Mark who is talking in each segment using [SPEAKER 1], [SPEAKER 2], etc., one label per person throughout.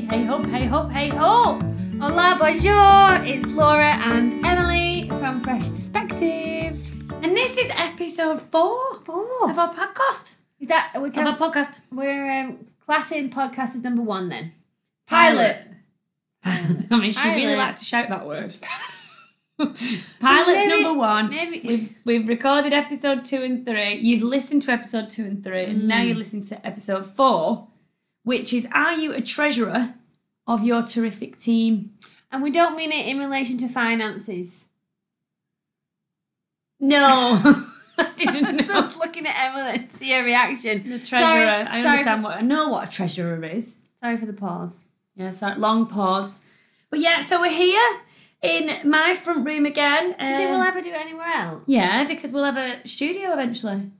[SPEAKER 1] Hey Hop, Hey Hop! Hola, bonjour! It's Laura and Emily from Fresh Perspective. And this is episode four
[SPEAKER 2] Four.
[SPEAKER 1] of our podcast.
[SPEAKER 2] Is that we're,
[SPEAKER 1] Of our podcast.
[SPEAKER 2] class, we're um, classing podcast as number one then?
[SPEAKER 1] Pilot. I mean, she really
[SPEAKER 2] Pilot.
[SPEAKER 1] likes to shout that word. Pilot's
[SPEAKER 2] Maybe-
[SPEAKER 1] number one.
[SPEAKER 2] maybe-
[SPEAKER 1] We've, we've recorded episode two and three. You've listened to episode two and three, and
[SPEAKER 2] Mm.
[SPEAKER 1] now you're listening to episode four, which is Are You a Treasurer of Your Terrific Team?
[SPEAKER 2] And we don't mean it in relation to finances.
[SPEAKER 1] No. I didn't
[SPEAKER 2] I
[SPEAKER 1] know.
[SPEAKER 2] was looking at Emily to see her reaction.
[SPEAKER 1] The treasurer.
[SPEAKER 2] Sorry,
[SPEAKER 1] I
[SPEAKER 2] sorry,
[SPEAKER 1] understand what I know what a treasurer is.
[SPEAKER 2] Sorry for the pause.
[SPEAKER 1] Yeah, sorry, long pause. But yeah, so we're here in my front room again.
[SPEAKER 2] Do you
[SPEAKER 1] uh,
[SPEAKER 2] think we'll ever do it anywhere else?
[SPEAKER 1] Yeah, because we'll have a studio eventually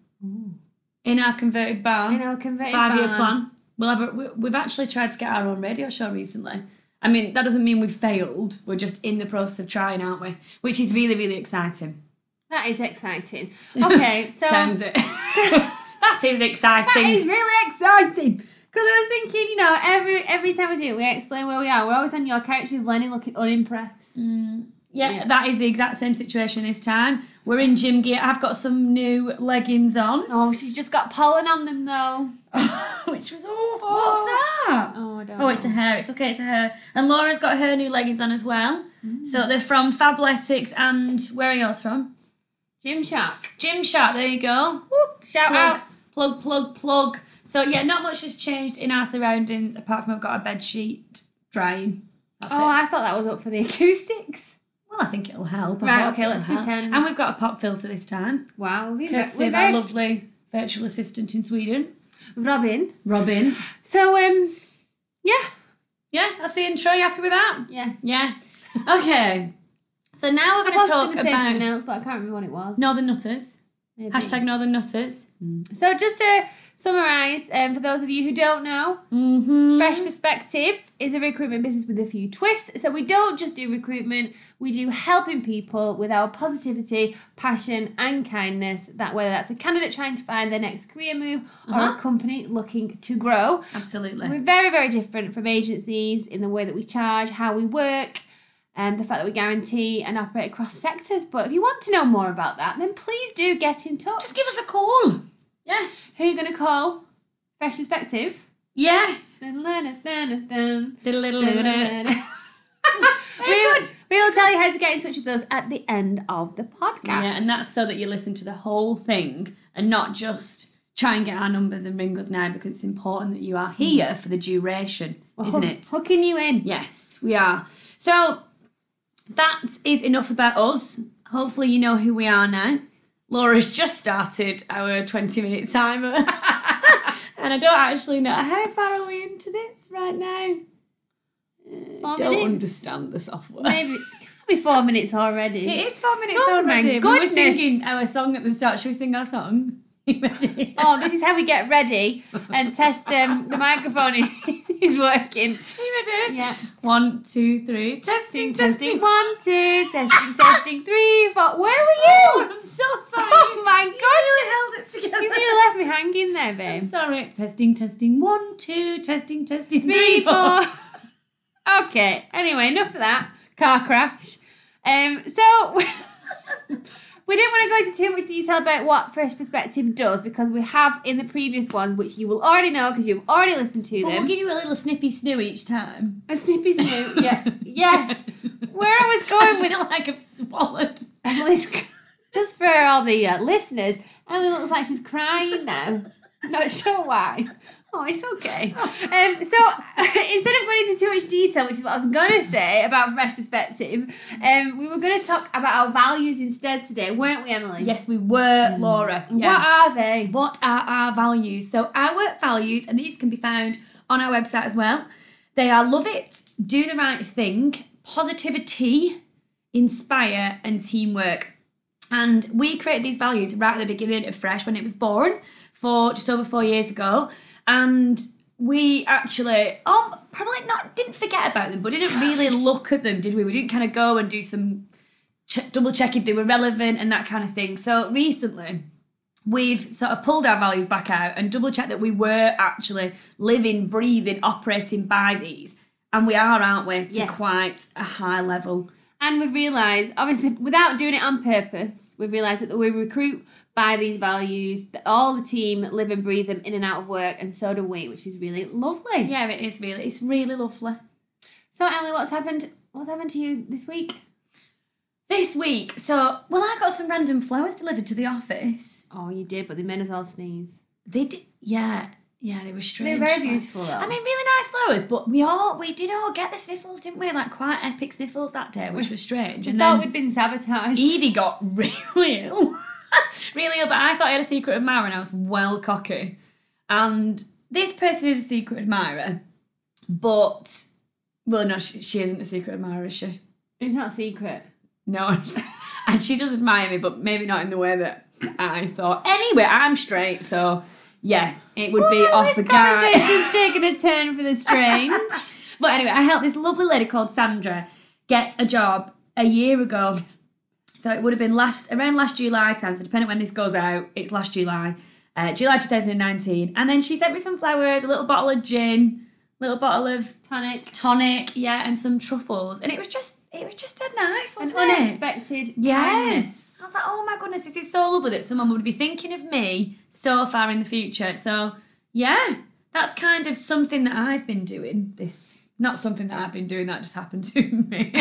[SPEAKER 1] in our converted barn.
[SPEAKER 2] In our converted
[SPEAKER 1] Five-year
[SPEAKER 2] barn.
[SPEAKER 1] plan. We'll have a, we, we've actually tried to get our own radio show recently. I mean, that doesn't mean we've failed. We're just in the process of trying, aren't we? Which is really, really exciting.
[SPEAKER 2] That is exciting. Okay, so
[SPEAKER 1] Sounds it. that is exciting.
[SPEAKER 2] that is really exciting. Because I was thinking, you know, every every time we do it, we explain where we are. We're always on your couch with Lenny looking unimpressed.
[SPEAKER 1] Yeah, that is the exact same situation this time. We're in gym gear. I've got some new leggings on,
[SPEAKER 2] Oh, she's just got pollen on them though.
[SPEAKER 1] which was awful. What's that? Oh,
[SPEAKER 2] Oh, I don't
[SPEAKER 1] it's a
[SPEAKER 2] know.
[SPEAKER 1] hair. It's okay. It's a hair. And Laura's got her new leggings on as well.
[SPEAKER 2] Mm.
[SPEAKER 1] So they're from Fabletics and where are yours from?
[SPEAKER 2] Gymshark.
[SPEAKER 1] Gymshark. There you go.
[SPEAKER 2] Whoop, shout
[SPEAKER 1] Plug,
[SPEAKER 2] out.
[SPEAKER 1] plug, plug, plug. So yeah, not much has changed in our surroundings apart from I've got a bed sheet drying. That's
[SPEAKER 2] Oh,
[SPEAKER 1] it.
[SPEAKER 2] I thought that was up for the acoustics.
[SPEAKER 1] Well, I think it'll help. I
[SPEAKER 2] Right,
[SPEAKER 1] hope
[SPEAKER 2] okay,
[SPEAKER 1] it'll
[SPEAKER 2] let's
[SPEAKER 1] help.
[SPEAKER 2] pretend.
[SPEAKER 1] And we've got a pop filter this time.
[SPEAKER 2] Wow, we're,
[SPEAKER 1] courtesy
[SPEAKER 2] we're
[SPEAKER 1] of our
[SPEAKER 2] very
[SPEAKER 1] lovely virtual assistant in Sweden,
[SPEAKER 2] Robin.
[SPEAKER 1] Robin.
[SPEAKER 2] So um, yeah,
[SPEAKER 1] Yeah, that's the intro. You happy with that?
[SPEAKER 2] yeah.
[SPEAKER 1] Yeah. Okay. So now we're
[SPEAKER 2] I
[SPEAKER 1] going
[SPEAKER 2] was
[SPEAKER 1] to talk
[SPEAKER 2] going to say something
[SPEAKER 1] about
[SPEAKER 2] else, but I can't remember what it was.
[SPEAKER 1] Northern Nutters.
[SPEAKER 2] Maybe.
[SPEAKER 1] Hashtag Northern Nutters.
[SPEAKER 2] So just to summarise, um, for those of you who don't know,
[SPEAKER 1] Mm-hmm.
[SPEAKER 2] Fresh Perspective is a recruitment business with a few twists. So we don't just do recruitment; we do helping people with our positivity, passion, and kindness. That whether that's a candidate trying to find their next career move or
[SPEAKER 1] Uh-huh.
[SPEAKER 2] a company looking to grow.
[SPEAKER 1] Absolutely.
[SPEAKER 2] We're very, very different from agencies in the way that we charge, how we work, and the fact that we guarantee and operate across sectors. But if you want to know more about that, then please do get in touch.
[SPEAKER 1] Just give us a call. Yes.
[SPEAKER 2] Who are you going to call? Fresh Perspective?
[SPEAKER 1] Yeah.
[SPEAKER 2] Dun, dun, dun, dun, dun,
[SPEAKER 1] Little, little,
[SPEAKER 2] dun,
[SPEAKER 1] little,
[SPEAKER 2] dun,
[SPEAKER 1] little.
[SPEAKER 2] dun. we, we will tell you how to get in touch with us at the end of the podcast.
[SPEAKER 1] Yeah, and that's so that you listen to the whole thing and not just try and get our numbers and ring us now because it's important that you are here for the duration,
[SPEAKER 2] We're
[SPEAKER 1] isn't
[SPEAKER 2] hook-
[SPEAKER 1] it?
[SPEAKER 2] Oh, Hooking you in.
[SPEAKER 1] Yes, we are. So that is enough about us. Hopefully, you know who we are now. Laura's just started our 20 minute timer. and I don't actually know how far are we into this right now.
[SPEAKER 2] Four
[SPEAKER 1] don't
[SPEAKER 2] minutes.
[SPEAKER 1] understand the software.
[SPEAKER 2] Maybe it'll be four minutes already.
[SPEAKER 1] It is four minutes
[SPEAKER 2] Oh my
[SPEAKER 1] already. we were
[SPEAKER 2] goodness.
[SPEAKER 1] singing our song at the start. Should we sing our song? Imagine.
[SPEAKER 2] oh, this is how we get ready and test um, the microphone is, is working.
[SPEAKER 1] Imagine.
[SPEAKER 2] Yeah.
[SPEAKER 1] One, two, three. Testing, testing.
[SPEAKER 2] Testing one, two, testing, testing, three, four. Where were you?
[SPEAKER 1] I'm so sorry.
[SPEAKER 2] Oh my god.
[SPEAKER 1] held it together.
[SPEAKER 2] You really left me hanging there, babe.
[SPEAKER 1] Sorry. Testing, testing. One, two. Testing, testing.
[SPEAKER 2] Three,
[SPEAKER 1] Three, four.
[SPEAKER 2] four. Okay. Anyway, enough of that. Car crash. Um, so we don't want to go into too much detail about what Fresh Perspective does because we have in the previous ones, which you will already know because you've already listened to
[SPEAKER 1] But
[SPEAKER 2] them.
[SPEAKER 1] we'll give you a little snippy snoo each time.
[SPEAKER 2] A snippy snoot, yeah. yes. Where I was going
[SPEAKER 1] I
[SPEAKER 2] with
[SPEAKER 1] feel like I've swallowed.
[SPEAKER 2] Emily's, just for all the uh, listeners, Emily looks like she's crying now. Not sure why. Oh, it's okay. Um, so instead of going into too much detail, which is what I was going to say about fresh perspective, um, we were going to talk about our values instead today, weren't we, Emily?
[SPEAKER 1] Yes, we were, Laura.
[SPEAKER 2] And
[SPEAKER 1] Yeah.
[SPEAKER 2] What are they?
[SPEAKER 1] What are our values? So, our values, and these can be found on our website as well, they are love it, do the right thing, positivity, inspire, and teamwork. And we created these values right at the beginning of Fresh when it was born for just over four years ago. And we actually um probably not didn't forget about them, but didn't really look at them, did we? We didn't kind of go and do some ch- double check if they were relevant and that kind of thing. So recently, we've sort of pulled our values back out and double checked that we were actually living, breathing, operating by these. And we are, aren't we, to
[SPEAKER 2] Yes.
[SPEAKER 1] quite a high level.
[SPEAKER 2] And we've realised, obviously, without doing it on purpose, we've realised that we recruit by these values, that all the team live and breathe them in and out of work, and so do we, which is really lovely.
[SPEAKER 1] Yeah, it is really. It's really lovely.
[SPEAKER 2] So, Ellie, what's happened? What's happened to you this week?
[SPEAKER 1] This week, so, well, I got some random flowers delivered to the office.
[SPEAKER 2] Oh, you did, but they made us all sneeze.
[SPEAKER 1] They did, yeah, yeah, they were
[SPEAKER 2] They're
[SPEAKER 1] strange.
[SPEAKER 2] very
[SPEAKER 1] flowers.
[SPEAKER 2] beautiful, though.
[SPEAKER 1] I mean, really nice flowers, but we all we did all get the sniffles, didn't we? Like quite epic sniffles that day, which was strange.
[SPEAKER 2] we
[SPEAKER 1] And
[SPEAKER 2] thought
[SPEAKER 1] then
[SPEAKER 2] we'd been sabotaged.
[SPEAKER 1] Evie got really ill, really ill. But I thought I had a secret admirer, and I was well cocky. And this person is a secret admirer, but well, no, she, she isn't a secret admirer, is she?
[SPEAKER 2] It's not secret.
[SPEAKER 1] No, and she does admire me, but maybe not in the way that I thought. Anyway, I'm straight, so yeah, it would be
[SPEAKER 2] Well,
[SPEAKER 1] off
[SPEAKER 2] this
[SPEAKER 1] the guy.
[SPEAKER 2] conversation's taking a turn for the strange.
[SPEAKER 1] But anyway, I helped this lovely lady called Sandra get a job a year ago. So it would have been last around last July time. So depending when this goes out, it's last July, uh, July 2019. And then she sent me some flowers, a little bottle of gin, little bottle of
[SPEAKER 2] Tonic.
[SPEAKER 1] tonic, yeah, and some truffles. And it was just, it was just a nice,
[SPEAKER 2] An
[SPEAKER 1] wasn't it?
[SPEAKER 2] unexpected
[SPEAKER 1] Yes.
[SPEAKER 2] kindness.
[SPEAKER 1] I was like, oh my goodness, this is so lovely that someone would be thinking of me so far in the future. So, yeah, that's kind of something that I've been doing this. Not something that I've been doing, that just happened to me.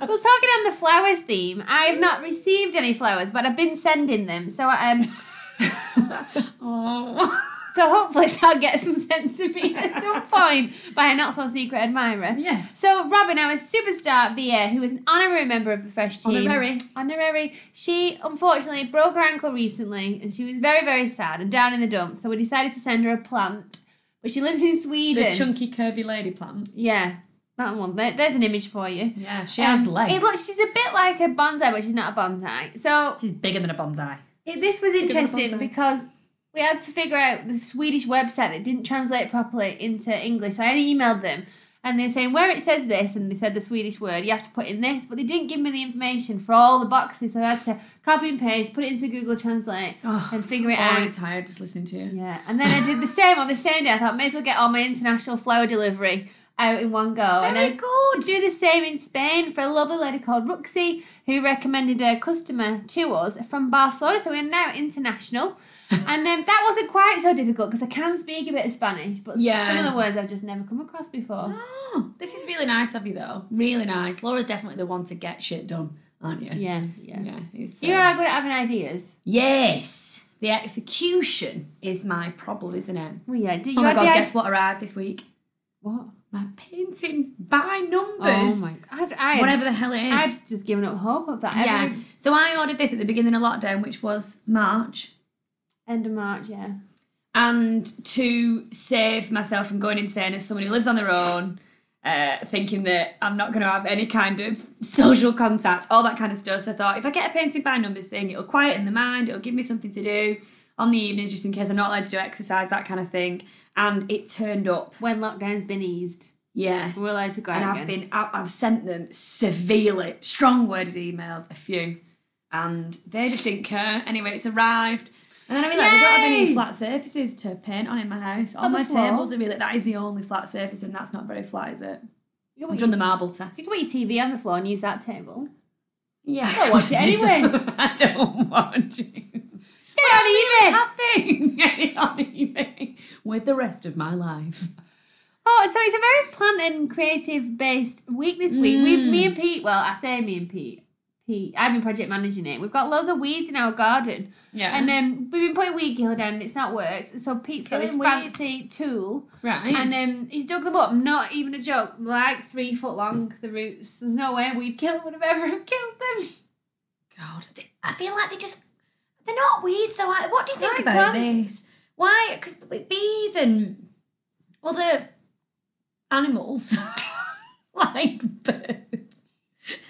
[SPEAKER 2] Well, talking on the flowers theme, I have not received any flowers, but I've been sending them. So, um,
[SPEAKER 1] oh.
[SPEAKER 2] so hopefully, I'll get some sent to me at some point by a not so secret admirer.
[SPEAKER 1] Yes.
[SPEAKER 2] So, Robin, our superstar beer, who is an honorary member of the Fresh team,
[SPEAKER 1] Honorary.
[SPEAKER 2] honorary, she unfortunately broke her ankle recently, and she was very, very sad and down in the dumps. So we decided to send her a plant, but she lives in Sweden.
[SPEAKER 1] The chunky, curvy lady plant.
[SPEAKER 2] yeah, that one. There, there's an image for you.
[SPEAKER 1] Yeah, she
[SPEAKER 2] Um,
[SPEAKER 1] has legs.
[SPEAKER 2] It looks. She's a bit like a bonsai, but she's not a bonsai. So
[SPEAKER 1] She's bigger than a bonsai.
[SPEAKER 2] it, this was
[SPEAKER 1] a
[SPEAKER 2] interesting
[SPEAKER 1] bonsai.
[SPEAKER 2] because we had to figure out the Swedish website that didn't translate properly into English. So I emailed them, and they're saying where it says this, and they said the Swedish word. You have to put in this, but they didn't give me the information for all the boxes. So I had to copy and paste, put it into Google Translate,
[SPEAKER 1] Oh,
[SPEAKER 2] and figure
[SPEAKER 1] I'm
[SPEAKER 2] it out.
[SPEAKER 1] already tired just listening to you.
[SPEAKER 2] Yeah, and then I did the same on the same day. I thought, may as well get all my international flower delivery out in one go. and I
[SPEAKER 1] Very good.
[SPEAKER 2] do the same in Spain for a lovely lady called Roxy who recommended a customer to us from Barcelona. So we're now international. and um, that wasn't quite so difficult because I can speak a bit of Spanish, but s-
[SPEAKER 1] Yeah.
[SPEAKER 2] some of the words I've just never come across before.
[SPEAKER 1] Oh, this is really nice of you, though. Really nice. Laura's definitely the one to get shit done, aren't you?
[SPEAKER 2] Yeah, yeah.
[SPEAKER 1] Yeah. it's,
[SPEAKER 2] You
[SPEAKER 1] uh,
[SPEAKER 2] are good at having ideas.
[SPEAKER 1] Yes, the execution is my problem, isn't it?
[SPEAKER 2] Well, yeah. Did you
[SPEAKER 1] Oh my
[SPEAKER 2] have
[SPEAKER 1] god,
[SPEAKER 2] the
[SPEAKER 1] guess what arrived this week?
[SPEAKER 2] What?
[SPEAKER 1] My painting by numbers.
[SPEAKER 2] Oh my god! I, I,
[SPEAKER 1] Whatever the hell it is.
[SPEAKER 2] I've just given up hope of that.
[SPEAKER 1] yeah.
[SPEAKER 2] Every-
[SPEAKER 1] So I ordered this at the beginning of lockdown, which was March.
[SPEAKER 2] End of March. Yeah.
[SPEAKER 1] And to save myself from going insane as someone who lives on their own, uh, thinking that I'm not going to have any kind of social contact, all that kind of stuff. So I thought if I get a painting by numbers thing, it'll quieten the mind, it'll give me something to do on the evenings just in case I'm not allowed to do exercise, that kind of thing. And it turned up.
[SPEAKER 2] When lockdown's been eased,
[SPEAKER 1] Yeah.
[SPEAKER 2] we're allowed to go
[SPEAKER 1] and
[SPEAKER 2] out
[SPEAKER 1] I've
[SPEAKER 2] again.
[SPEAKER 1] been out, I've sent them severely strong worded emails, a few, and they just didn't care. Anyway, it's arrived. And then I realised I don't have any
[SPEAKER 2] Yay!
[SPEAKER 1] flat surfaces to paint on in my house. All
[SPEAKER 2] On the
[SPEAKER 1] my
[SPEAKER 2] floor.
[SPEAKER 1] tables are really that is the only flat surface, and that's not very flat, is it?
[SPEAKER 2] You
[SPEAKER 1] I've
[SPEAKER 2] could
[SPEAKER 1] done the marble test.
[SPEAKER 2] put your TV on the floor and use that table.
[SPEAKER 1] Yeah,
[SPEAKER 2] Don't watch it anyway.
[SPEAKER 1] I don't watch it.
[SPEAKER 2] Get on eBay.
[SPEAKER 1] Having it on eBay with the rest of my life.
[SPEAKER 2] Oh, so it's a very plant and creative based week this week.
[SPEAKER 1] Mm.
[SPEAKER 2] We, me and Pete. Well, I say me and Pete. Pete, I've been project managing it. We've got loads of weeds in our garden,
[SPEAKER 1] Yeah,
[SPEAKER 2] and um, we've been putting weed killer down, and it's not worked. So Pete's got this
[SPEAKER 1] Killing weeds.
[SPEAKER 2] fancy tool,
[SPEAKER 1] right.
[SPEAKER 2] and um, he's dug them up. Not even a joke. Like three foot long. The roots. There's no way weed killer would have ever killed them.
[SPEAKER 1] God, they, I feel like they just they're not weeds. So I, what do you think
[SPEAKER 2] Why
[SPEAKER 1] about
[SPEAKER 2] plants?
[SPEAKER 1] this? Why? Because bees and other animals like birds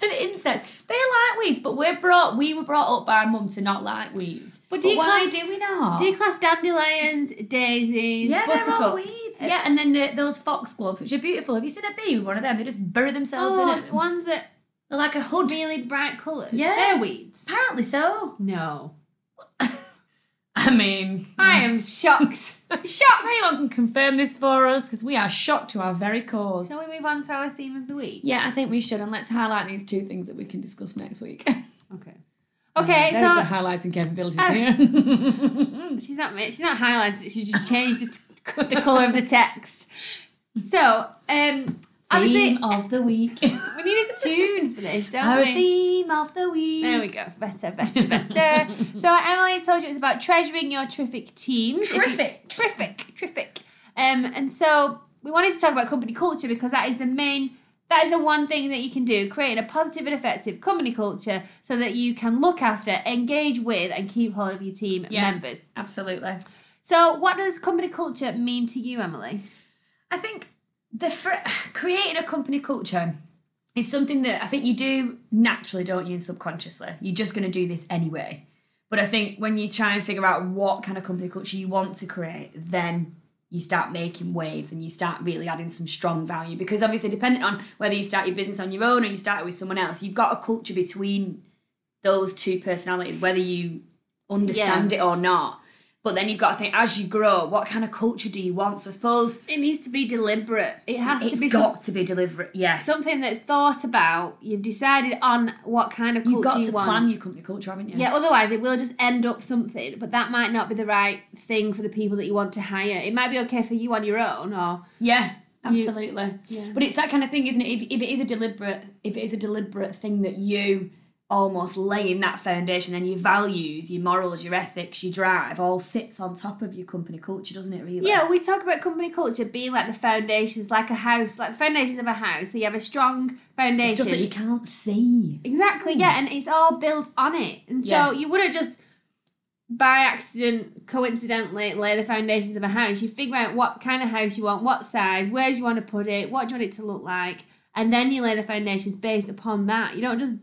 [SPEAKER 1] and insects, they like weeds. But we're brought we were brought up by mum to not like weeds.
[SPEAKER 2] But do you
[SPEAKER 1] why
[SPEAKER 2] class-
[SPEAKER 1] do we not?
[SPEAKER 2] Do you class dandelions, daisies,
[SPEAKER 1] yeah, they're all
[SPEAKER 2] buttercups? Eh.
[SPEAKER 1] weeds. Yeah, and then the, those foxgloves, which are beautiful. Have you seen a bee with one of them? They just bury themselves
[SPEAKER 2] Oh,
[SPEAKER 1] in it.
[SPEAKER 2] ones that
[SPEAKER 1] They're like a hood.
[SPEAKER 2] really bright colours.
[SPEAKER 1] Yeah.
[SPEAKER 2] They're weeds.
[SPEAKER 1] Apparently so.
[SPEAKER 2] No.
[SPEAKER 1] I mean,
[SPEAKER 2] I am shocked. shocked.
[SPEAKER 1] anyone can confirm this for us because we are shocked to our very cores.
[SPEAKER 2] Shall we move on to our theme of the week?
[SPEAKER 1] Yeah, I think we should, and let's highlight these two things that we can discuss next week.
[SPEAKER 2] Okay.
[SPEAKER 1] Very
[SPEAKER 2] Okay,
[SPEAKER 1] good
[SPEAKER 2] so
[SPEAKER 1] highlighting capabilities
[SPEAKER 2] Uh,
[SPEAKER 1] here.
[SPEAKER 2] she's not ma- she's not highlighted. it, She just changed the, t- the color of the text. So, um, obviously,
[SPEAKER 1] theme of the week.
[SPEAKER 2] we need a tune for this, don't
[SPEAKER 1] Our
[SPEAKER 2] we?
[SPEAKER 1] theme of the week.
[SPEAKER 2] There we go. Better, better, better. so Emily told you it was about treasuring your terrific team.
[SPEAKER 1] Terrific.
[SPEAKER 2] terrific, terrific. Um, and so we wanted to talk about company culture because that is the main. That is the one thing that you can do: create a positive and effective company culture, so that you can look after, engage with, and keep hold of your team
[SPEAKER 1] Yeah.
[SPEAKER 2] members.
[SPEAKER 1] Absolutely.
[SPEAKER 2] So, what does company culture mean to you, Emily?
[SPEAKER 1] I think the fr- creating a company culture is something that I think you do naturally, don't you, and subconsciously. You're just going to do this anyway. But I think when you try and figure out what kind of company culture you want to create, then you start making waves and you start really adding some strong value. Because obviously, depending on whether you start your business on your own or you start it with someone else, you've got a culture between those two personalities, whether you understand it or not. But then you've got to think as you grow, what kind of culture do you want? So I suppose
[SPEAKER 2] It needs to be deliberate. It has
[SPEAKER 1] it's
[SPEAKER 2] to be
[SPEAKER 1] got to be deliberate. Yeah,
[SPEAKER 2] something that's thought about. You've decided on what kind of culture
[SPEAKER 1] you've got to
[SPEAKER 2] want.
[SPEAKER 1] plan your company culture, haven't you?
[SPEAKER 2] Yeah, otherwise it will just end up something, but that might not be the right thing for the people that you want to hire. It might be okay for you on your own, or
[SPEAKER 1] yeah, absolutely.
[SPEAKER 2] Yeah.
[SPEAKER 1] But it's that kind of thing, isn't it? If, if it is a deliberate, if it is a deliberate thing that you almost laying that foundation and your values, your morals, your ethics, your drive all sits on top of your company culture, doesn't it? Really?
[SPEAKER 2] yeah, we talk about company culture being like the foundations, like a house, like the foundations of a house. So you have a strong foundation.
[SPEAKER 1] Stuff that you can't see.
[SPEAKER 2] Exactly, yeah, and it's all built on it. And so
[SPEAKER 1] Hmm. Yeah.
[SPEAKER 2] you wouldn't just by accident, coincidentally, lay the foundations of a house. You figure out what kind of house you want, what size, where do you want to put it, what do you want it to look like, and then you lay the foundations based upon that. You don't just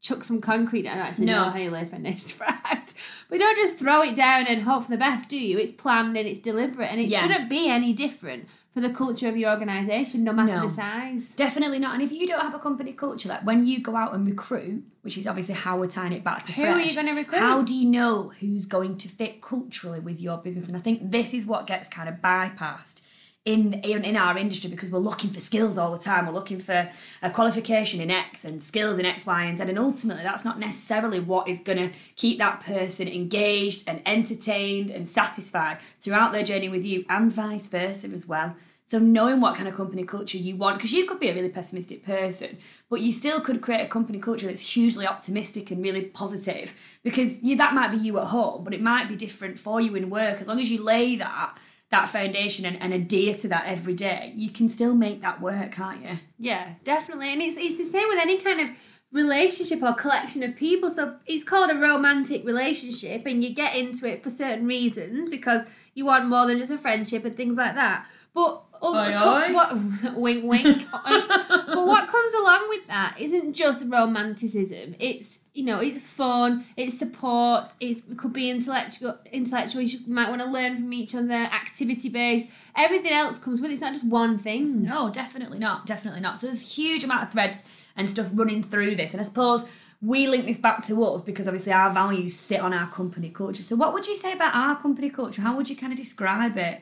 [SPEAKER 2] chuck some concrete. I don't actually
[SPEAKER 1] No.
[SPEAKER 2] know how you lay foundations for a house, but you don't just throw it down and hope for the best, do you? It's planned and it's deliberate, and it
[SPEAKER 1] Yeah.
[SPEAKER 2] shouldn't be any different for the culture of your organisation, no matter
[SPEAKER 1] No.
[SPEAKER 2] the size.
[SPEAKER 1] Definitely not. And if you don't have a company culture, like when you go out and recruit, which is obviously how we're tying it back to
[SPEAKER 2] Who are you
[SPEAKER 1] Fresh,
[SPEAKER 2] gonna recruit?
[SPEAKER 1] How do you know who's going to fit culturally with your business? And I think this is what gets kind of bypassed in in, in our industry because we're looking for skills all the time. We're looking for a qualification in X and skills in X, Y, and Z. And ultimately, that's not necessarily what is going to keep that person engaged and entertained and satisfied throughout their journey with you, and vice versa as well. So knowing what kind of company culture you want, because you could be a really pessimistic person, but you still could create a company culture that's hugely optimistic and really positive. Because you, that might be you at home, but it might be different for you in work. As long as you lay that that foundation and, and adhere to that every day, you can still make that work, can't you?
[SPEAKER 2] Yeah, definitely. And it's, it's the same with any kind of relationship or collection of people. So it's called a romantic relationship, and you get into it for certain reasons because you want more than just a friendship and things like that. But oh,
[SPEAKER 1] Aye,
[SPEAKER 2] co-
[SPEAKER 1] aye.
[SPEAKER 2] what wink wink. but what comes along with that isn't just romanticism. It's you know it's fun, it's support, it's, it could be intellectual. Intellectual, you should, might want to learn from each other, activity based. Everything else comes with it. It's not just one thing.
[SPEAKER 1] No, definitely not. Definitely not. So there's a huge amount of threads and stuff running through this. And I suppose we link this back to us because obviously our values sit on our company culture. So what would you say about our company culture? How would you kind of describe it?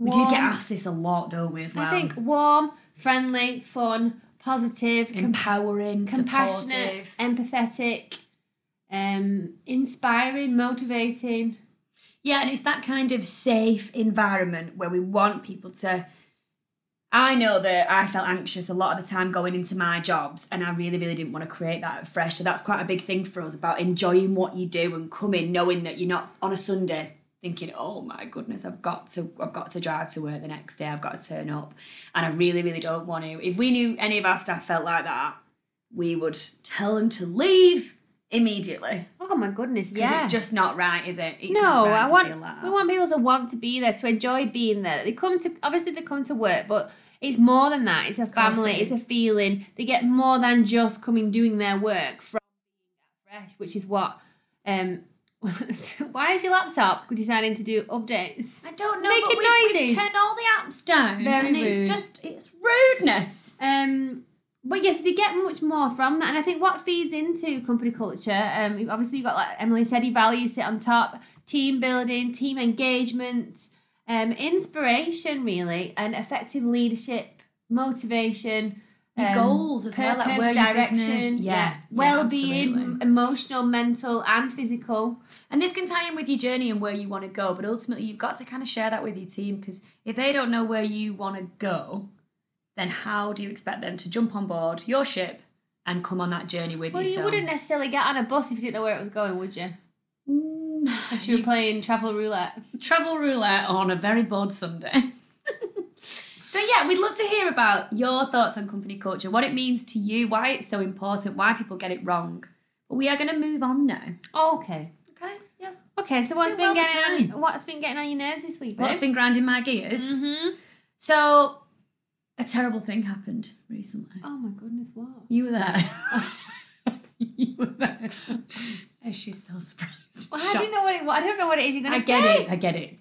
[SPEAKER 1] We do get
[SPEAKER 2] Warm.
[SPEAKER 1] asked this a lot, don't we, as well?
[SPEAKER 2] I think warm, friendly, fun, positive, com-
[SPEAKER 1] empowering,
[SPEAKER 2] compassionate,
[SPEAKER 1] supportive.
[SPEAKER 2] empathetic, um, inspiring, motivating.
[SPEAKER 1] Yeah, and it's that kind of safe environment where we want people to. I know that I felt anxious a lot of the time going into my jobs, and I really, really didn't want to create that at fresh. So that's quite a big thing for us about enjoying what you do and coming, knowing that you're not on a Sunday thinking, "Oh my goodness, I've got to, I've got to drive to work the next day. I've got to turn up," and I really, really don't want to. If we knew any of our staff felt like that, we would tell them to leave immediately
[SPEAKER 2] Oh my goodness!
[SPEAKER 1] because
[SPEAKER 2] Yeah.
[SPEAKER 1] it's just not right, is it? It's
[SPEAKER 2] no,
[SPEAKER 1] not right
[SPEAKER 2] I
[SPEAKER 1] to feel
[SPEAKER 2] want
[SPEAKER 1] like that.
[SPEAKER 2] we want people to want to be there, to enjoy being there. They come to obviously they come to work, but it's more than that. It's a
[SPEAKER 1] course
[SPEAKER 2] family.
[SPEAKER 1] it
[SPEAKER 2] It's a
[SPEAKER 1] is.
[SPEAKER 2] feeling. They get more than just coming doing their work from fresh, which is what. Um, why is your laptop deciding to do updates?
[SPEAKER 1] I don't know.
[SPEAKER 2] Making
[SPEAKER 1] but we,
[SPEAKER 2] noises.
[SPEAKER 1] We've turned all the apps down,
[SPEAKER 2] Very
[SPEAKER 1] and it's
[SPEAKER 2] rude.
[SPEAKER 1] just it's rudeness.
[SPEAKER 2] Um, but yes, they get much more from that, and I think what feeds into company culture. Um, obviously you've got like Emily said, your values sit on top, team building, team engagement, um, inspiration really, and effective leadership, motivation,
[SPEAKER 1] Your
[SPEAKER 2] um,
[SPEAKER 1] goals as well, like where your business.
[SPEAKER 2] direction, well-being,
[SPEAKER 1] absolutely.
[SPEAKER 2] emotional, mental, and physical.
[SPEAKER 1] And this can tie in with your journey and where you want to go, but ultimately you've got to kind of share that with your team because if they don't know where you want to go, then how do you expect them to jump on board your ship and come on that journey with
[SPEAKER 2] Well,
[SPEAKER 1] you?
[SPEAKER 2] you
[SPEAKER 1] So-
[SPEAKER 2] wouldn't necessarily get on a bus if you didn't know where it was going, would you?
[SPEAKER 1] Mm,
[SPEAKER 2] If you were playing travel roulette.
[SPEAKER 1] travel roulette on a very bored Sunday. so yeah, we'd love to hear about your thoughts on company culture, what it means to you, why it's so important, why people get it wrong. But we are going to move on now.
[SPEAKER 2] okay.
[SPEAKER 1] Okay. Yes.
[SPEAKER 2] Okay, so what's
[SPEAKER 1] Doing
[SPEAKER 2] been
[SPEAKER 1] well for
[SPEAKER 2] getting on, what's been getting on your nerves this week?
[SPEAKER 1] What's been grinding my gears?
[SPEAKER 2] Mm-hmm.
[SPEAKER 1] So a terrible thing happened recently.
[SPEAKER 2] Oh my goodness, what?
[SPEAKER 1] You were there. you were there. And she's so surprised.
[SPEAKER 2] Well, I
[SPEAKER 1] Shocked.
[SPEAKER 2] didn't know what it, I don't know what it is you're gonna
[SPEAKER 1] I
[SPEAKER 2] say.
[SPEAKER 1] get it. I get it.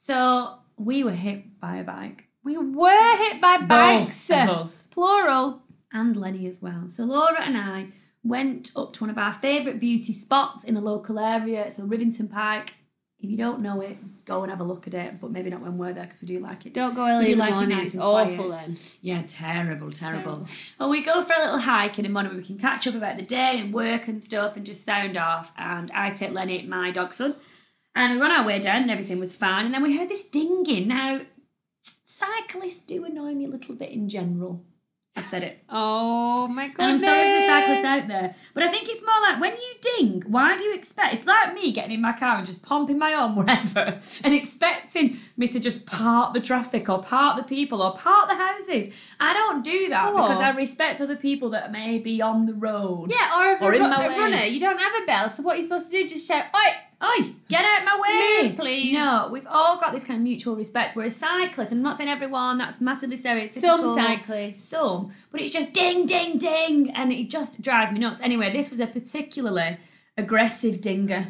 [SPEAKER 1] So we were hit by a bike.
[SPEAKER 2] We were hit by bikes.
[SPEAKER 1] Both of us.
[SPEAKER 2] Plural.
[SPEAKER 1] and Lenny as well. So Laura and I went up to one of our favourite beauty spots in the local area, so Rivington Pike. If you don't know it, go and have a look at it, but maybe not when we're there because we do like it.
[SPEAKER 2] Don't go early
[SPEAKER 1] you
[SPEAKER 2] in the
[SPEAKER 1] like your
[SPEAKER 2] morning,
[SPEAKER 1] nice
[SPEAKER 2] it's
[SPEAKER 1] and
[SPEAKER 2] awful
[SPEAKER 1] quiet?
[SPEAKER 2] then.
[SPEAKER 1] Yeah, terrible, terrible.
[SPEAKER 2] Terrible.
[SPEAKER 1] And we go for a little hike in the morning where we can catch up about the day and work and stuff and just sound off. And I take Lenny, my dog son, and we were on our way down and everything was fine. And then we heard this dinging. Now, cyclists do annoy me a little bit in general. I've said it.
[SPEAKER 2] Oh my goodness.
[SPEAKER 1] And I'm sorry for the cyclists out there, but I think it's more like when you ding, why do you expect? It's like me getting in my car and just pumping my arm wherever and expecting me to just part the traffic or part the people or part the houses. I don't do that
[SPEAKER 2] Oh.
[SPEAKER 1] because I respect other people that may be on the road.
[SPEAKER 2] Yeah, or if
[SPEAKER 1] Or
[SPEAKER 2] you're
[SPEAKER 1] in
[SPEAKER 2] a ru-
[SPEAKER 1] my
[SPEAKER 2] a
[SPEAKER 1] way.
[SPEAKER 2] runner, you don't have a bell, so what are you supposed to do? Just shout, oi!
[SPEAKER 1] Oi, get out my way!
[SPEAKER 2] Move, please.
[SPEAKER 1] No, we've all got this kind of mutual respect. We're a cyclist, and I'm not saying everyone, that's massively stereotypical.
[SPEAKER 2] Some cyclists.
[SPEAKER 1] some, but it's just ding, ding, ding, and it just drives me nuts. Anyway, this was a particularly aggressive dinger,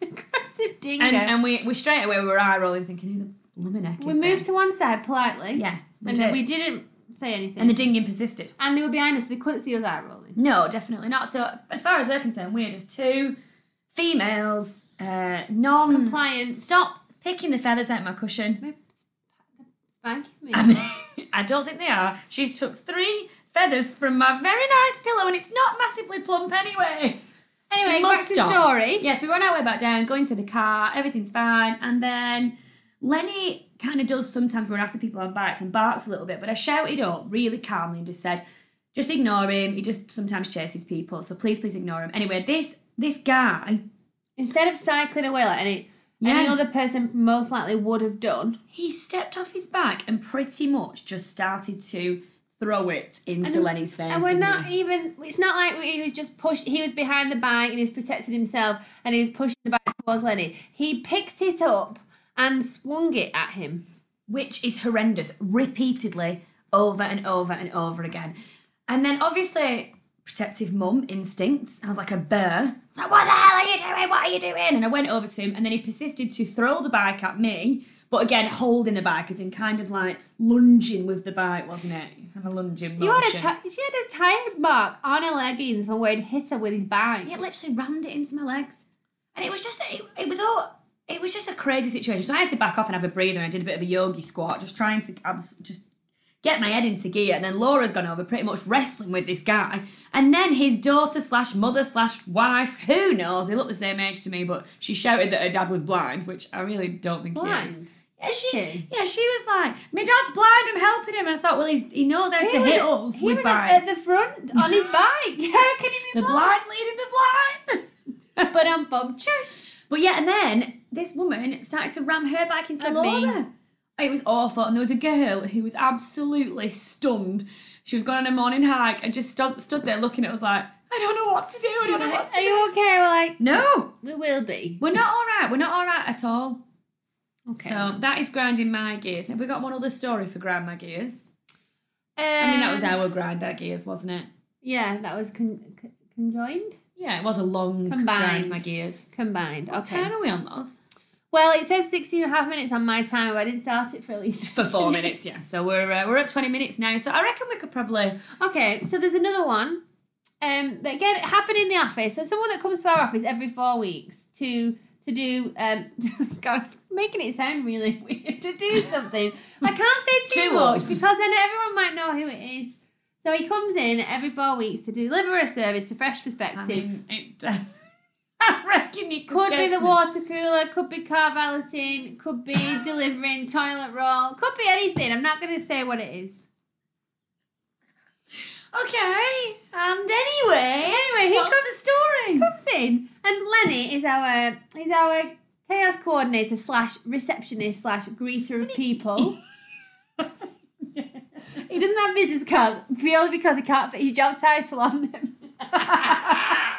[SPEAKER 2] Aggressive dingo.
[SPEAKER 1] and, and we, we straight away were eye rolling, thinking, "Who the blooming heck
[SPEAKER 2] we
[SPEAKER 1] is
[SPEAKER 2] moved
[SPEAKER 1] this?
[SPEAKER 2] to one side politely.
[SPEAKER 1] yeah, we
[SPEAKER 2] and
[SPEAKER 1] did.
[SPEAKER 2] we didn't say anything.
[SPEAKER 1] and the Mm. dinging persisted.
[SPEAKER 2] and they were behind us, so they couldn't see us eye rolling.
[SPEAKER 1] No, definitely not. So as far as they're concerned, we're just two females, uh, non
[SPEAKER 2] Compliance.
[SPEAKER 1] Stop picking the feathers out of my cushion.
[SPEAKER 2] Spanking me.
[SPEAKER 1] I mean, I don't think they are. She's took three feathers from my very nice pillow, and it's not massively plump anyway.
[SPEAKER 2] anyway,
[SPEAKER 1] she
[SPEAKER 2] back
[SPEAKER 1] must
[SPEAKER 2] to
[SPEAKER 1] stop.
[SPEAKER 2] story.
[SPEAKER 1] Yes, we run our way back down, go into the car, everything's fine, and then Lenny kind of does sometimes run after people on bikes and barks a little bit, but I shouted up really calmly and just said, just ignore him. He just sometimes chases people, so please, please ignore him. Anyway, this this guy,
[SPEAKER 2] Instead of cycling away like any,
[SPEAKER 1] Yeah.
[SPEAKER 2] any other person most likely would have done.
[SPEAKER 1] he stepped off his bike and pretty much just started to throw it into
[SPEAKER 2] And-
[SPEAKER 1] Lenny's face.
[SPEAKER 2] And we're
[SPEAKER 1] didn't
[SPEAKER 2] not
[SPEAKER 1] he?
[SPEAKER 2] even, it's not like he was just pushed, he was behind the bike and he was protecting himself and he was pushing the bike towards Lenny. He picked it up and swung it at him.
[SPEAKER 1] which is horrendous, repeatedly over and over and over again. And then obviously, protective mum instincts. I was like a burr. I was like, what the hell are you doing? What are you doing? And I went over to him, and then he persisted to throw the bike at me, but again, holding the bike, as in kind of like lunging with the bike, wasn't it? Kind of lunging motion.
[SPEAKER 2] You had a ti- she had a tire mark on her leggings from where he'd hit her with his bike.
[SPEAKER 1] it literally rammed it into my legs. And it was just, it, it was all, it was just a crazy situation. So I had to back off and have a breather and I did a bit of a yogi squat, just trying to abs- just get my head into gear. And then Laura's gone over pretty much wrestling with this guy. And then his daughter slash mother slash wife, who knows, they look the same age to me, but she shouted that her dad was blind, which I really don't think he is.
[SPEAKER 2] Blind.
[SPEAKER 1] Yeah, she,
[SPEAKER 2] She?
[SPEAKER 1] yeah, she was like, my dad's blind, I'm helping him. And I thought, well, he's, he knows how to
[SPEAKER 2] was-
[SPEAKER 1] hit us
[SPEAKER 2] he
[SPEAKER 1] with
[SPEAKER 2] was
[SPEAKER 1] bikes.
[SPEAKER 2] at, at the front on his bike. How can he be
[SPEAKER 1] the blind leading the blind.
[SPEAKER 2] blind? But I'm bum chush.
[SPEAKER 1] But yeah, and then this woman started to ram her bike into
[SPEAKER 2] At
[SPEAKER 1] Laura.
[SPEAKER 2] me.
[SPEAKER 1] It was awful, and there was a girl who was absolutely stunned. She was going on a morning hike and just stood, stood there looking at us like, I don't know what to do. I
[SPEAKER 2] She's
[SPEAKER 1] don't know what
[SPEAKER 2] like,
[SPEAKER 1] to
[SPEAKER 2] Are
[SPEAKER 1] do.
[SPEAKER 2] you okay? We're like,
[SPEAKER 1] No,
[SPEAKER 2] we will be.
[SPEAKER 1] we're not all right. We're not all right at all.
[SPEAKER 2] Okay.
[SPEAKER 1] So that is grinding my gears. Have we got one other story for grind my gears? I mean, that was
[SPEAKER 2] Um,
[SPEAKER 1] our grind our gears, wasn't it?
[SPEAKER 2] Yeah, that was con- con- conjoined,
[SPEAKER 1] Yeah, it was a long grind
[SPEAKER 2] Combined.
[SPEAKER 1] my gears.
[SPEAKER 2] combined.
[SPEAKER 1] What
[SPEAKER 2] Okay.
[SPEAKER 1] turn are we on, Loz?
[SPEAKER 2] Well, it says 16 and a half minutes on my timer, but I didn't start it for at least
[SPEAKER 1] for four minutes. Yeah, so we're uh, we're at twenty minutes now. So I reckon we could probably
[SPEAKER 2] Okay, so there's another one. Um, that again, it happened in the office. So someone that comes to our office every four weeks to to do um, God, making it sound really weird to do something. I can't say too
[SPEAKER 1] To
[SPEAKER 2] much
[SPEAKER 1] us.
[SPEAKER 2] because then everyone might know who it is. So he comes in every four weeks to deliver a service to Fresh Perspective.
[SPEAKER 1] I mean, it, I reckon you could.
[SPEAKER 2] could be the
[SPEAKER 1] definitely-
[SPEAKER 2] water cooler, could be car balloting, could be delivering toilet roll, could be anything. I'm not going to say what it is.
[SPEAKER 1] Okay. And anyway, anyway, he
[SPEAKER 2] What's
[SPEAKER 1] got the story.
[SPEAKER 2] comes in, and Lenny is our is our chaos coordinator slash receptionist slash greeter of people. he doesn't have business cards purely because he can't fit his job title on them.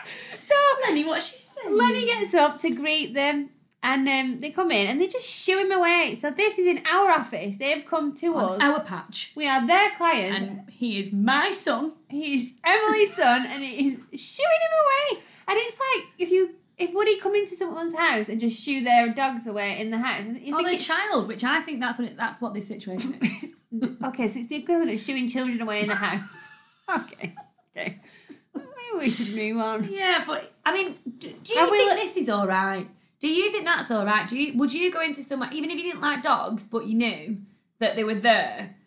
[SPEAKER 2] so
[SPEAKER 1] Lenny, what she said.
[SPEAKER 2] Lenny gets up to greet them. And um, they come in and they just shoo him away. So this is in our office. They've come to us.
[SPEAKER 1] on our patch,
[SPEAKER 2] we are their client.
[SPEAKER 1] and he is my son.
[SPEAKER 2] He's Emily's son, and he's shooing him away. And it's like if you if would he come into someone's house and just shoo their dogs away in the house? And you
[SPEAKER 1] Or
[SPEAKER 2] think
[SPEAKER 1] the
[SPEAKER 2] it-
[SPEAKER 1] child, which I think that's what it, that's what this situation is.
[SPEAKER 2] okay, so it's the equivalent of shooing children away in the house. okay, okay. Maybe we should move on.
[SPEAKER 1] yeah, but I mean, do, do you
[SPEAKER 2] Have we
[SPEAKER 1] think
[SPEAKER 2] look-
[SPEAKER 1] this is all right? Do you think that's all right? Do you, would you go into somewhere even if you didn't like dogs, but you knew that they were there?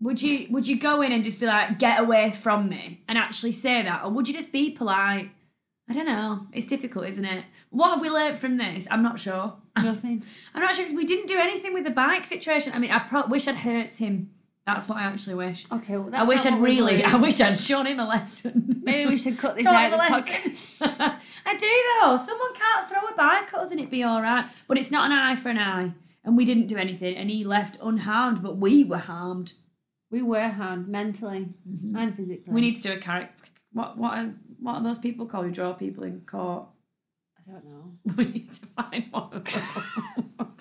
[SPEAKER 1] Would you would you go in and just be like, get away from me, and actually say that, or would you just be polite? I don't know. It's difficult, isn't it? What have we learned from this? I'm not sure.
[SPEAKER 2] Nothing.
[SPEAKER 1] I'm not sure because we didn't do anything with the bike situation. I mean, I pro- wish I'd hurt him. That's what I actually wish.
[SPEAKER 2] Okay, well,
[SPEAKER 1] I
[SPEAKER 2] Oh, that's
[SPEAKER 1] wish
[SPEAKER 2] not
[SPEAKER 1] I'd
[SPEAKER 2] what we're
[SPEAKER 1] really,
[SPEAKER 2] doing.
[SPEAKER 1] I wish I'd shown him a lesson.
[SPEAKER 2] Maybe we should cut this
[SPEAKER 1] Taught
[SPEAKER 2] out.
[SPEAKER 1] him
[SPEAKER 2] of
[SPEAKER 1] a
[SPEAKER 2] the
[SPEAKER 1] lesson.
[SPEAKER 2] podcast.
[SPEAKER 1] I do though. Someone can't throw a bike at us and it'd be all right. But it's not an eye for an eye. And we didn't do anything. And he left unharmed, but we were harmed.
[SPEAKER 2] We were harmed mentally and physically.
[SPEAKER 1] Mm-hmm. We need to do a character. What what are, what are those people called who draw people in court?
[SPEAKER 2] I don't know.
[SPEAKER 1] We need to find one of them.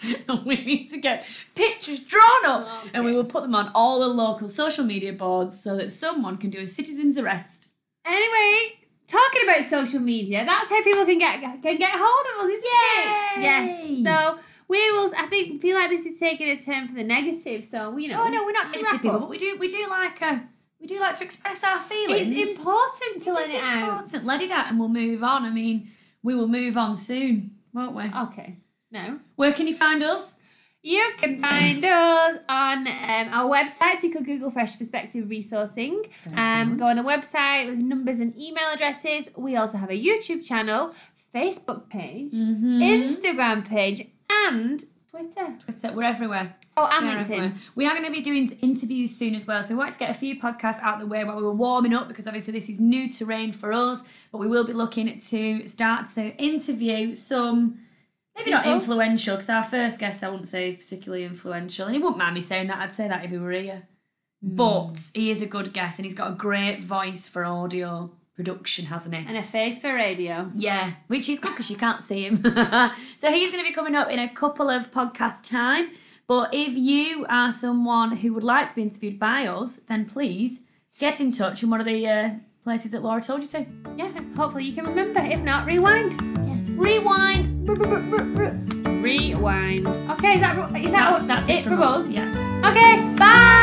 [SPEAKER 1] we need to get pictures drawn up and we will put them on all the local social media boards so that someone can do a citizen's arrest.
[SPEAKER 2] Anyway, talking about social media, that's how people can get can get hold of us, isn't it?
[SPEAKER 1] Yay!
[SPEAKER 2] Yes. So we will. I think feel like this is taking a turn for the negative. So you know.
[SPEAKER 1] Oh no, we're not negative
[SPEAKER 2] wrap
[SPEAKER 1] people,
[SPEAKER 2] up.
[SPEAKER 1] but we do we do like a we do like to express our feelings.
[SPEAKER 2] It's important to let
[SPEAKER 1] It's
[SPEAKER 2] it
[SPEAKER 1] important. Let it out and we'll move on. I mean, we will move on soon, won't we?
[SPEAKER 2] out. Okay. No.
[SPEAKER 1] Where can you find us?
[SPEAKER 2] You can find us on um, our website. So you could Google Fresh Perspective Resourcing. Um, go on a website with numbers and email addresses. We also have a YouTube channel, Facebook page,
[SPEAKER 1] Mm-hmm.
[SPEAKER 2] Instagram page, and Twitter.
[SPEAKER 1] Twitter, uh, we're everywhere.
[SPEAKER 2] Oh, and
[SPEAKER 1] We are everywhere.
[SPEAKER 2] LinkedIn.
[SPEAKER 1] We are going to be doing interviews soon as well, so we wanted to get a few podcasts out the way while we were warming up because obviously this is new terrain for us. But we will be looking to start to interview some, maybe not
[SPEAKER 2] People.
[SPEAKER 1] influential, because our first guest I wouldn't say is particularly influential, and he wouldn't mind me saying that. I'd say that if he were here. But he is a good guest, and he's got a great voice for audio production, hasn't he?
[SPEAKER 2] And a face for radio.
[SPEAKER 1] Yeah, which is good because you can't see him. so he's going to be coming up in a couple of podcast time. But if you are someone who would like to be interviewed by us, then please get in touch in one of the uh, places that Laura told you to.
[SPEAKER 2] Yeah, hopefully you can remember. If not, rewind.
[SPEAKER 1] Yes, rewind. Brr, brr, brr, brr, brr.
[SPEAKER 2] Rewind. Okay, is that, is that
[SPEAKER 1] That's, that's it,
[SPEAKER 2] it
[SPEAKER 1] from
[SPEAKER 2] from us?
[SPEAKER 1] Yeah.
[SPEAKER 2] Okay, bye!